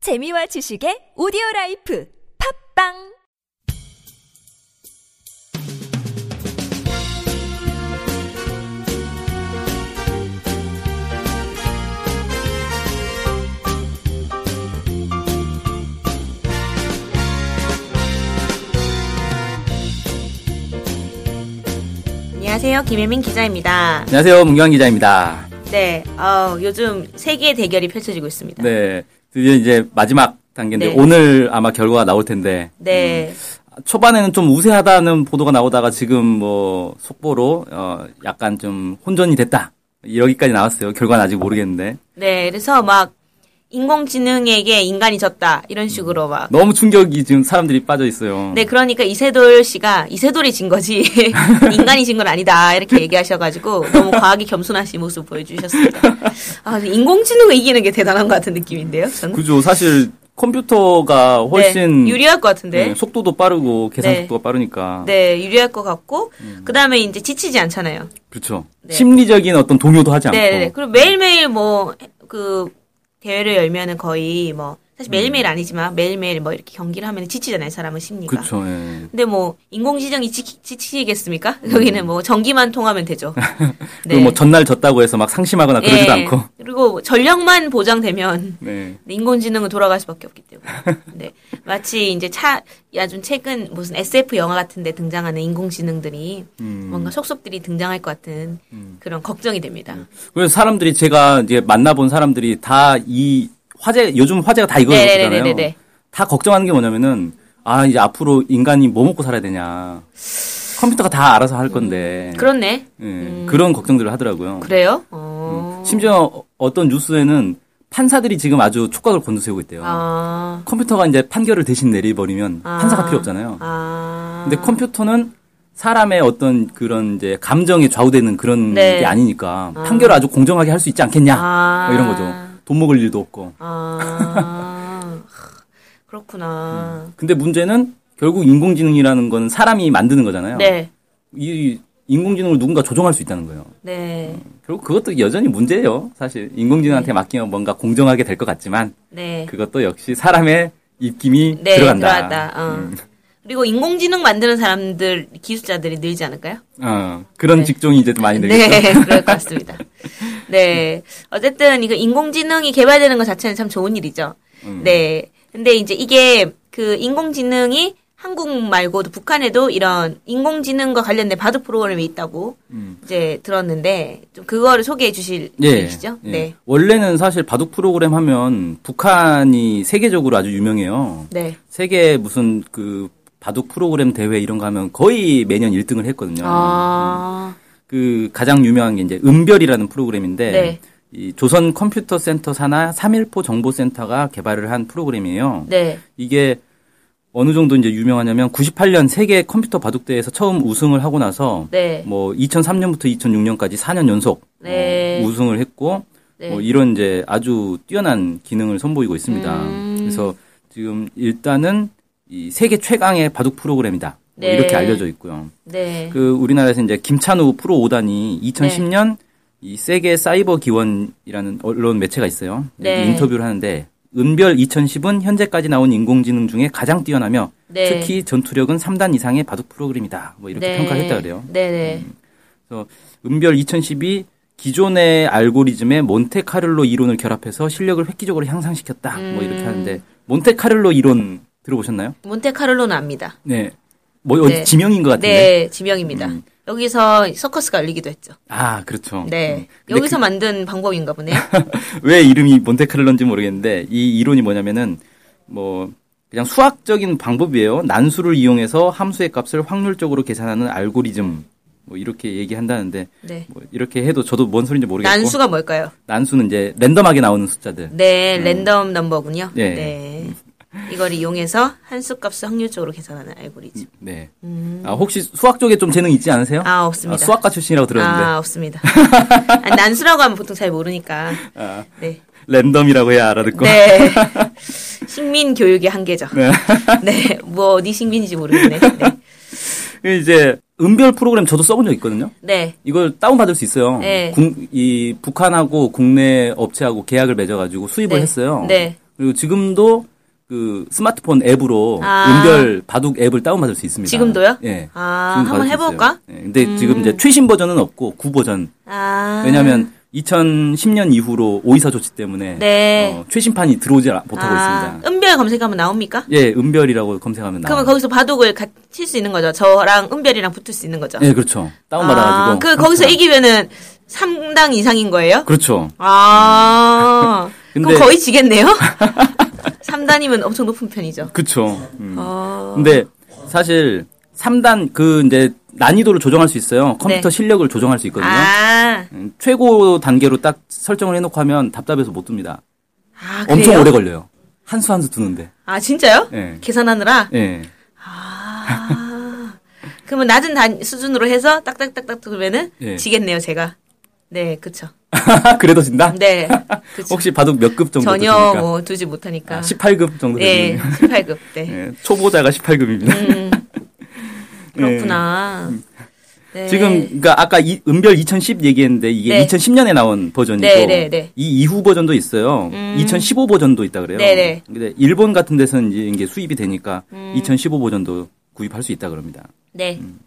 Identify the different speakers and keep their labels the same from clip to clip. Speaker 1: 재미와 지식의 오디오 라이프 팝빵
Speaker 2: 안녕하세요. 김혜민 기자입니다.
Speaker 3: 안녕하세요, 문경환 기자입니다.
Speaker 2: 네, 어, 요즘 세계의 대결이 펼쳐지고 있습니다.
Speaker 3: 네, 드디어 이제 마지막 단계인데
Speaker 2: 네.
Speaker 3: 오늘 아마 결과가 나올 텐데
Speaker 2: 네,
Speaker 3: 초반에는 좀 우세하다는 보도가 나오다가 지금 뭐 속보로 어 약간 좀 혼전이 됐다 여기까지 나왔어요. 결과는 아직 모르겠는데
Speaker 2: 네, 그래서 막 인공지능에게 인간이 졌다 이런 식으로 막.
Speaker 3: 너무 충격이 지금 사람들이 빠져 있어요.
Speaker 2: 네, 그러니까 이세돌 씨가 이세돌이 진 거지 인간이 진 건 아니다 이렇게 얘기하셔가지고 너무 과하게 겸손하신 모습 보여주셨습니다. 아, 인공지능을 이기는 게 대단한 것 같은 느낌인데요. 저는
Speaker 3: 그죠. 사실 컴퓨터가 훨씬
Speaker 2: 네, 유리할 것 같은데.
Speaker 3: 네, 속도도 빠르고 계산
Speaker 2: 네.
Speaker 3: 속도가 빠르니까
Speaker 2: 네, 유리할 것 같고 그 다음에 이제 지치지 않잖아요.
Speaker 3: 그렇죠. 심리적인 어떤 동요도 하지 않고
Speaker 2: 네, 네. 그리고 매일매일 뭐 그 대회를 열면은 거의 뭐 사실 매일매일 아니지만 매일매일 뭐 이렇게 경기를 하면 지치잖아요, 사람은 심리가.
Speaker 3: 음. 그렇죠. 예.
Speaker 2: 근데 뭐 인공지정이 지키, 지치겠습니까? 여기는 뭐 전기만 통하면 되죠.
Speaker 3: 음.
Speaker 2: 네.
Speaker 3: 그리고 뭐 전날 졌다고 해서 막 상심하거나 그러지도
Speaker 2: 예.
Speaker 3: 않고.
Speaker 2: 그리고 전력만 보장되면
Speaker 3: 네.
Speaker 2: 인공지능은 돌아갈 수밖에 없기 때문에. 네. 마치 이제 차, 요즘 최근 무슨 SF 영화 같은데 등장하는 인공지능들이
Speaker 3: 음.
Speaker 2: 뭔가 속속들이 등장할 것 같은 그런 걱정이 됩니다.
Speaker 3: 그래서 사람들이 제가 이제 만나본 사람들이 다 이 화제 요즘 화제가 다 이거잖아요.
Speaker 2: 네네네네네.
Speaker 3: 다 걱정하는 게 뭐냐면은 아 이제 앞으로 인간이 뭐 먹고 살아야 되냐. 컴퓨터가 다 알아서 할 건데
Speaker 2: 그렇네.
Speaker 3: 예, 그런 걱정들을 하더라고요.
Speaker 2: 음. 그래요?
Speaker 3: 음. 뭐
Speaker 2: 어.
Speaker 3: 심지어 어떤 뉴스에는 판사들이 지금 아주 촉각을 곤두세우고 있대요.
Speaker 2: 아.
Speaker 3: 컴퓨터가 이제 판결을 대신 내리버리면
Speaker 2: 아.
Speaker 3: 판사가 필요 없잖아요.
Speaker 2: 아.
Speaker 3: 근데 컴퓨터는 사람의 어떤 그런 이제 감정에 좌우되는 그런
Speaker 2: 네.
Speaker 3: 게 아니니까 판결을 아주 공정하게 할 수 있지 않겠냐
Speaker 2: 아.
Speaker 3: 뭐 이런 거죠. 돈 먹을 일도 없고.
Speaker 2: 아. 그렇구나.
Speaker 3: 근데 문제는 결국 인공지능이라는 건 사람이 만드는 거잖아요.
Speaker 2: 네.
Speaker 3: 이 인공지능을 누군가 조종할 수 있다는 거예요.
Speaker 2: 네.
Speaker 3: 결국 그것도 여전히 문제예요. 사실 인공지능한테 맡기면 뭔가 공정하게 될 것 같지만
Speaker 2: 네.
Speaker 3: 음. 그것도 역시 사람의 입김이
Speaker 2: 네.
Speaker 3: 들어간다. 음.
Speaker 2: 들어갔다. 어. 그리고 인공지능 만드는 사람들 기술자들이 늘지 않을까요?
Speaker 3: 어, 그런 직종이 이제 많이 늘겠죠.
Speaker 2: 네, 그럴 것 같습니다. 네. 어쨌든 이거 인공지능이 개발되는 것 자체는 참 좋은 일이죠.
Speaker 3: 음.
Speaker 2: 네. 근데 이제 이게 그 인공지능이 한국 말고도 북한에도 이런 인공지능과 관련된 바둑 프로그램이 있다고 이제 들었는데 좀 그거를 소개해 주실 계시죠?
Speaker 3: 음. 예.
Speaker 2: 네.
Speaker 3: 원래는 사실 바둑 프로그램 하면 북한이 세계적으로 아주 유명해요.
Speaker 2: 네.
Speaker 3: 세계 무슨 그 바둑 프로그램 대회 이런 거 하면 거의 매년 1등을 했거든요.
Speaker 2: 아.
Speaker 3: 그 가장 유명한 게 이제 은별이라는 프로그램인데
Speaker 2: 네.
Speaker 3: 이 조선 컴퓨터 센터 산하 삼일포 정보센터가 개발을 한 프로그램이에요.
Speaker 2: 네.
Speaker 3: 이게 어느 정도 이제 유명하냐면 98년 세계 컴퓨터 바둑대회에서 처음 우승을 하고 나서
Speaker 2: 네.
Speaker 3: 뭐 2003년부터 2006년까지 4년 연속
Speaker 2: 네.
Speaker 3: 어, 우승을 했고
Speaker 2: 네.
Speaker 3: 뭐 이런 이제 아주 뛰어난 기능을 선보이고 있습니다.
Speaker 2: 음.
Speaker 3: 그래서 지금 일단은 이 세계 최강의 바둑 프로그램이다. 뭐
Speaker 2: 네.
Speaker 3: 이렇게 알려져 있고요.
Speaker 2: 네.
Speaker 3: 그 우리나라에서 이제 김찬우 프로 5단이 2010년 이 세계 사이버 기원이라는 언론 매체가 있어요.
Speaker 2: 네.
Speaker 3: 여기 인터뷰를 하는데 은별 2010은 현재까지 나온 인공지능 중에 가장 뛰어나며
Speaker 2: 네.
Speaker 3: 특히 전투력은 3단 이상의 바둑 프로그램이다. 뭐 이렇게
Speaker 2: 네.
Speaker 3: 평가를 했다 그래요. 음.
Speaker 2: 네, 네.
Speaker 3: 그래서 은별 2010이 기존의 알고리즘에 몬테카를로 이론을 결합해서 실력을 획기적으로 향상시켰다.
Speaker 2: 음.
Speaker 3: 뭐 이렇게 하는데 몬테카를로 이론 들어보셨나요?
Speaker 2: 몬테카를로는 압니다.
Speaker 3: 네. 뭐 어디
Speaker 2: 네.
Speaker 3: 지명인 것 같은데. 음.
Speaker 2: 네, 지명입니다. 여기서 서커스가 열리기도 했죠.
Speaker 3: 아, 그렇죠.
Speaker 2: 네.
Speaker 3: 근데
Speaker 2: 여기서 만든 방법인가 보네요.
Speaker 3: 왜 이름이 몬테카를로인지 모르겠는데 이 이론이 뭐냐면은 뭐 그냥 수학적인 방법이에요. 난수를 이용해서 함수의 값을 확률적으로 계산하는 알고리즘 뭐 이렇게 얘기한다는데
Speaker 2: 네.
Speaker 3: 뭐 이렇게 해도 저도 뭔 소리인지 모르겠고
Speaker 2: 난수가 뭘까요?
Speaker 3: 는 이제 랜덤하게 나오는 숫자들.
Speaker 2: 네,
Speaker 3: 음.
Speaker 2: 랜덤 넘버군요.
Speaker 3: 네.
Speaker 2: 네. 이걸 이용해서 한 수 값을 확률적으로 계산하는 알고리즘.
Speaker 3: 네. 아 혹시 수학 쪽에 좀 재능 있지 않으세요?
Speaker 2: 음. 아, 없습니다.
Speaker 3: 수학과 출신이라고 들었는데
Speaker 2: 아, 없습니다. 아니, 난수라고 하면 보통 잘 모르니까.
Speaker 3: 아.
Speaker 2: 네.
Speaker 3: 랜덤이라고 해야 알아듣고.
Speaker 2: 네. 식민 교육의 한계죠. 네. 뭐, 어디 식민인지 모르겠네. 네.
Speaker 3: 이제 은별 프로그램 저도 써본 적 있거든요.
Speaker 2: 네.
Speaker 3: 이걸 다운받을 수 있어요.
Speaker 2: 네.
Speaker 3: 국- 이 북한하고 국내 업체하고 계약을 맺어가지고 수입을
Speaker 2: 네.
Speaker 3: 했어요.
Speaker 2: 네.
Speaker 3: 그리고 지금도 그 스마트폰 앱으로
Speaker 2: 아.
Speaker 3: 은별 바둑 앱을 다운받을 수 있습니다.
Speaker 2: 지금도요?
Speaker 3: 예.
Speaker 2: 아,
Speaker 3: 지금 받을
Speaker 2: 한번
Speaker 3: 수 있어요.
Speaker 2: 해볼까? 음.
Speaker 3: 예, 근데 지금 이제 최신 버전은 없고 구 버전.
Speaker 2: 아.
Speaker 3: 왜냐하면 2010년 이후로 오이사 조치 때문에
Speaker 2: 네.
Speaker 3: 어, 최신판이 들어오지 아- 못하고
Speaker 2: 아,
Speaker 3: 있습니다.
Speaker 2: 은별 검색하면 나옵니까?
Speaker 3: 예, 은별이라고 검색하면 나와요.
Speaker 2: 그러면 거기서 바둑을 같이 칠수 있는 거죠. 저랑 은별이랑 붙을 수 있는 거죠.
Speaker 3: 예, 그렇죠. 다운받아가지고.
Speaker 2: 아, 그 거기서
Speaker 3: 컴퓨터랑.
Speaker 2: 이기면은 3당 이상인 거예요?
Speaker 3: 그렇죠.
Speaker 2: 아.
Speaker 3: 근데-
Speaker 2: 그럼 거의 지겠네요? 3단이면 엄청 높은 편이죠.
Speaker 3: 그렇죠. 음.
Speaker 2: 아.
Speaker 3: 근데 사실 3단 그 이제 난이도를 조정할 수 있어요. 컴퓨터 실력을 조정할 수 있거든요.
Speaker 2: 네. 아.
Speaker 3: 음, 최고 단계로 딱 설정을 해놓고 하면 답답해서 못 둡니다.
Speaker 2: 아, 그래요?
Speaker 3: 엄청 오래 걸려요. 한 수 한 수 두는데.
Speaker 2: 아, 진짜요?
Speaker 3: 예.
Speaker 2: 계산하느라?
Speaker 3: 예.
Speaker 2: 아. 그러면 낮은 단 수준으로 해서 딱딱딱딱 두면은
Speaker 3: 예.
Speaker 2: 지겠네요, 제가. 네, 그쵸.
Speaker 3: 그래도 진다?
Speaker 2: 네. 그쵸.
Speaker 3: 혹시 바둑 몇 급 정도
Speaker 2: 전혀
Speaker 3: 되십니까?
Speaker 2: 뭐 두지 못하니까.
Speaker 3: 아, 18급 정도
Speaker 2: 네,
Speaker 3: 되시네요.
Speaker 2: 18급. 네.
Speaker 3: 예, 초보자가 18급입니다.
Speaker 2: 음. 그렇구나. 네.
Speaker 3: 음. 지금 그러니까 아까 이- 은별 2010 얘기했는데 이게
Speaker 2: 네.
Speaker 3: 2010년에 나온 버전이고
Speaker 2: 네, 네, 네.
Speaker 3: 이 이후 버전도 있어요. 2015 버전도 있다 그래요.
Speaker 2: 네, 음. 네.
Speaker 3: 근데 일본 같은 데서는 이제 이게 수입이 되니까 2015 버전도 구입할 수 있다 그럽니다.
Speaker 2: 네.
Speaker 3: 음.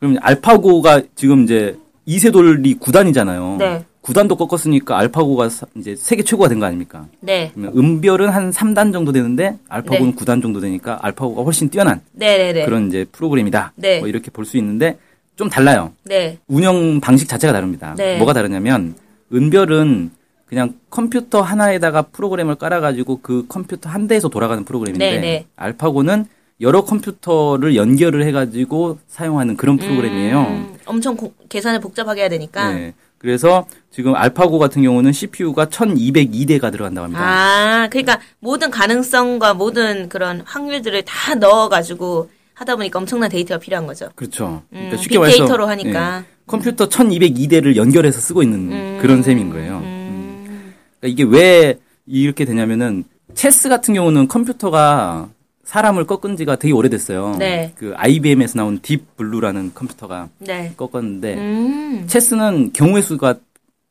Speaker 3: 그럼 알파고가 지금 이제 이세돌이 9단이잖아요.
Speaker 2: 네.
Speaker 3: 9단도 꺾었으니까 알파고가 사- 이제 세계 최고가 된 거 아닙니까?
Speaker 2: 네.
Speaker 3: 그러면 은별은 한 3단 정도 되는데 알파고는 9단 정도 되니까 알파고가 훨씬 뛰어난
Speaker 2: 네, 네, 네.
Speaker 3: 그런 이제 프로그램이다.
Speaker 2: 네.
Speaker 3: 뭐 이렇게 볼 수 있는데 좀 달라요.
Speaker 2: 네.
Speaker 3: 운영 방식 자체가 다릅니다.
Speaker 2: 네.
Speaker 3: 뭐가 다르냐면 은별은 그냥 컴퓨터 하나에다가 프로그램을 깔아가지고 그 컴퓨터 한 대에서 돌아가는 프로그램인데
Speaker 2: 네, 네.
Speaker 3: 알파고는 여러 컴퓨터를 연결을 해가지고 사용하는 그런 프로그램이에요.
Speaker 2: 음, 엄청 고- 계산을 복잡하게 해야 되니까.
Speaker 3: 네. 그래서 지금 알파고 같은 경우는 CPU가 1202대가 들어간다고 합니다.
Speaker 2: 아, 그러니까 모든 가능성과 모든 그런 확률들을 다 넣어가지고 하다 보니까 엄청난 데이터가 필요한 거죠.
Speaker 3: 그렇죠.
Speaker 2: 음,
Speaker 3: 그러니까 예,
Speaker 2: 빅데이터로 하니까.
Speaker 3: 컴퓨터 1202대를 연결해서 쓰고 있는 그런 셈인 거예요.
Speaker 2: 음,
Speaker 3: 그러니까 이게 왜 이렇게 되냐면은 체스 같은 경우는 컴퓨터가 사람을 꺾은 지가 되게 오래됐어요.
Speaker 2: 네.
Speaker 3: 그 IBM에서 나온 딥 블루라는 컴퓨터가
Speaker 2: 네.
Speaker 3: 꺾었는데
Speaker 2: 음,
Speaker 3: 체스는 경우의 수가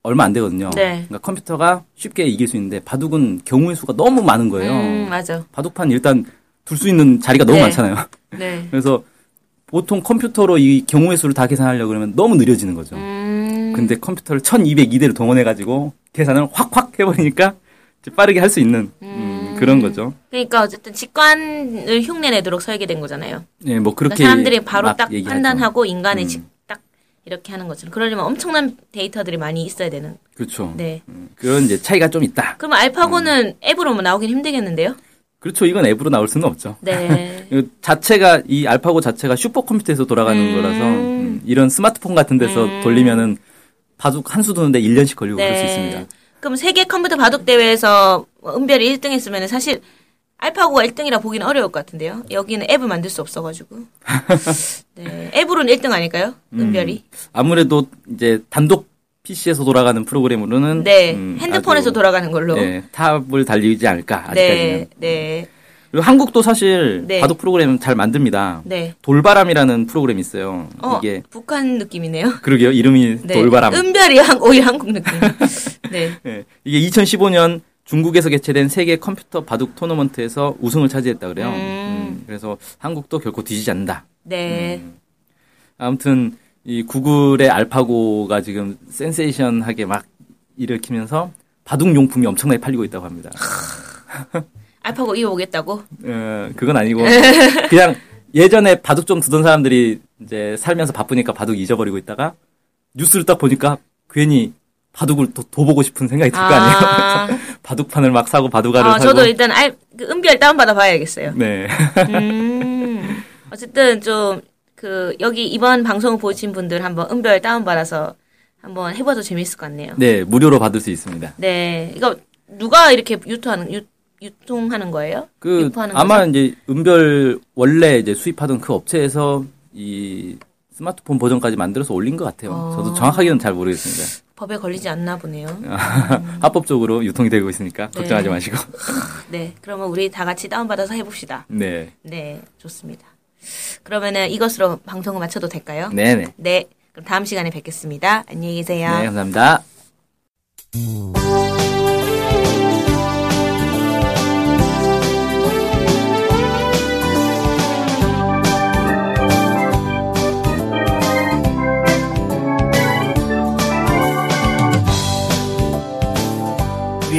Speaker 3: 얼마 안 되거든요.
Speaker 2: 네.
Speaker 3: 그러니까 컴퓨터가 쉽게 이길 수 있는데 바둑은 경우의 수가 너무 많은 거예요.
Speaker 2: 음, 맞아.
Speaker 3: 바둑판 일단 둘 수 있는 자리가 너무
Speaker 2: 네.
Speaker 3: 많잖아요.
Speaker 2: 네.
Speaker 3: 그래서 보통 컴퓨터로 이 경우의 수를 다 계산하려고 그러면 너무 느려지는 거죠.
Speaker 2: 음,
Speaker 3: 근데 컴퓨터를 1202대를 동원해가지고 계산을 확확 해버리니까 이제 빠르게 할 수 있는 음, 그런 거죠.
Speaker 2: 그러니까 어쨌든 직관을 흉내내도록 설계된 거잖아요.
Speaker 3: 예, 뭐
Speaker 2: 그러니까
Speaker 3: 그렇게
Speaker 2: 사람들이 바로
Speaker 3: 막
Speaker 2: 딱
Speaker 3: 얘기하죠.
Speaker 2: 판단하고 인간의
Speaker 3: 음.
Speaker 2: 직- 딱 이렇게 하는 것처럼 그러려면 엄청난 데이터들이 많이 있어야 되는.
Speaker 3: 그렇죠.
Speaker 2: 네.
Speaker 3: 음, 그런 이제 차이가 좀 있다.
Speaker 2: 그럼 알파고는 앱으로만 뭐 나오긴 힘들겠는데요?
Speaker 3: 그렇죠. 이건 앱으로 나올 수는 없죠.
Speaker 2: 네.
Speaker 3: 이거 자체가 이 알파고 자체가 슈퍼컴퓨터에서 돌아가는
Speaker 2: 음.
Speaker 3: 거라서 음, 이런 스마트폰 같은 데서 돌리면은 바둑 한 수 두는데 1년씩 걸리고 그럴
Speaker 2: 네.
Speaker 3: 수 있습니다.
Speaker 2: 그럼 세계 컴퓨터 바둑 대회에서 은별이 1등 했으면 사실 알파고가 1등이라 보기는 어려울 것 같은데요. 여기는 앱을 만들 수 없어가지고. 네. 앱으로는 1등 아닐까요?
Speaker 3: 음.
Speaker 2: 은별이.
Speaker 3: 아무래도 이제 단독 PC에서 돌아가는 프로그램으로는
Speaker 2: 네.
Speaker 3: 음,
Speaker 2: 핸드폰에서
Speaker 3: 아주,
Speaker 2: 돌아가는 걸로.
Speaker 3: 예, 탑을 달리지 않을까 아직까지는.
Speaker 2: 네. 네.
Speaker 3: 그리고 한국도 사실
Speaker 2: 네.
Speaker 3: 바둑 프로그램 잘 만듭니다.
Speaker 2: 네.
Speaker 3: 돌바람이라는 프로그램이 있어요.
Speaker 2: 어,
Speaker 3: 이게
Speaker 2: 북한 느낌이네요.
Speaker 3: 그러게요. 이름이
Speaker 2: 네.
Speaker 3: 돌바람.
Speaker 2: 은별이 한, 오히려 한국 느낌. 네.
Speaker 3: 예, 이게 2015년 중국에서 개최된 세계 컴퓨터 바둑 토너먼트에서 우승을 차지했다 그래요. 음, 그래서 한국도 결코 뒤지지 않는다.
Speaker 2: 네.
Speaker 3: 음. 아무튼 이 구글의 알파고가 지금 센세이션하게 막 일으키면서 바둑 용품이 엄청나게 팔리고 있다고 합니다.
Speaker 2: 알파고 이어오겠다고?
Speaker 3: 어, 그건 아니고 그냥 예전에 바둑 좀 두던 사람들이 이제 살면서 바쁘니까 바둑 잊어버리고 있다가 뉴스를 딱 보니까 괜히 바둑을 또 도보고 싶은 생각이 들 거 아니에요.
Speaker 2: 아,
Speaker 3: 바둑판을 막 사고 바둑알을
Speaker 2: 어,
Speaker 3: 사고.
Speaker 2: 저도 일단 알, 그 은별 다운받아 봐야겠어요.
Speaker 3: 네.
Speaker 2: 음. 어쨌든 좀, 그, 여기 이번 방송을 보신 분들 한번 은별 다운받아서 한번 해봐도 재밌을 것 같네요.
Speaker 3: 네, 무료로 받을 수 있습니다.
Speaker 2: 네. 이거 누가 이렇게 유통하는, 유, 유통하는 거예요?
Speaker 3: 그
Speaker 2: 유포하는
Speaker 3: 아마
Speaker 2: 거죠?
Speaker 3: 이제 은별 원래 이제 수입하던 그 업체에서 이 스마트폰 버전까지 만들어서 올린 것 같아요. 저도 정확하게는 잘 모르겠습니다.
Speaker 2: 법에 걸리지 않나 보네요.
Speaker 3: 아.
Speaker 2: 음.
Speaker 3: 합법적으로 유통이 되고 있으니까 걱정하지 마시고.
Speaker 2: 네. 그러면 우리 다 같이 다운받아서 해봅시다.
Speaker 3: 네.
Speaker 2: 네. 좋습니다. 그러면은 이것으로 방송을 마쳐도 될까요?
Speaker 3: 네, 네.
Speaker 2: 네. 그럼 다음 시간에 뵙겠습니다. 안녕히 계세요.
Speaker 3: 네, 감사합니다.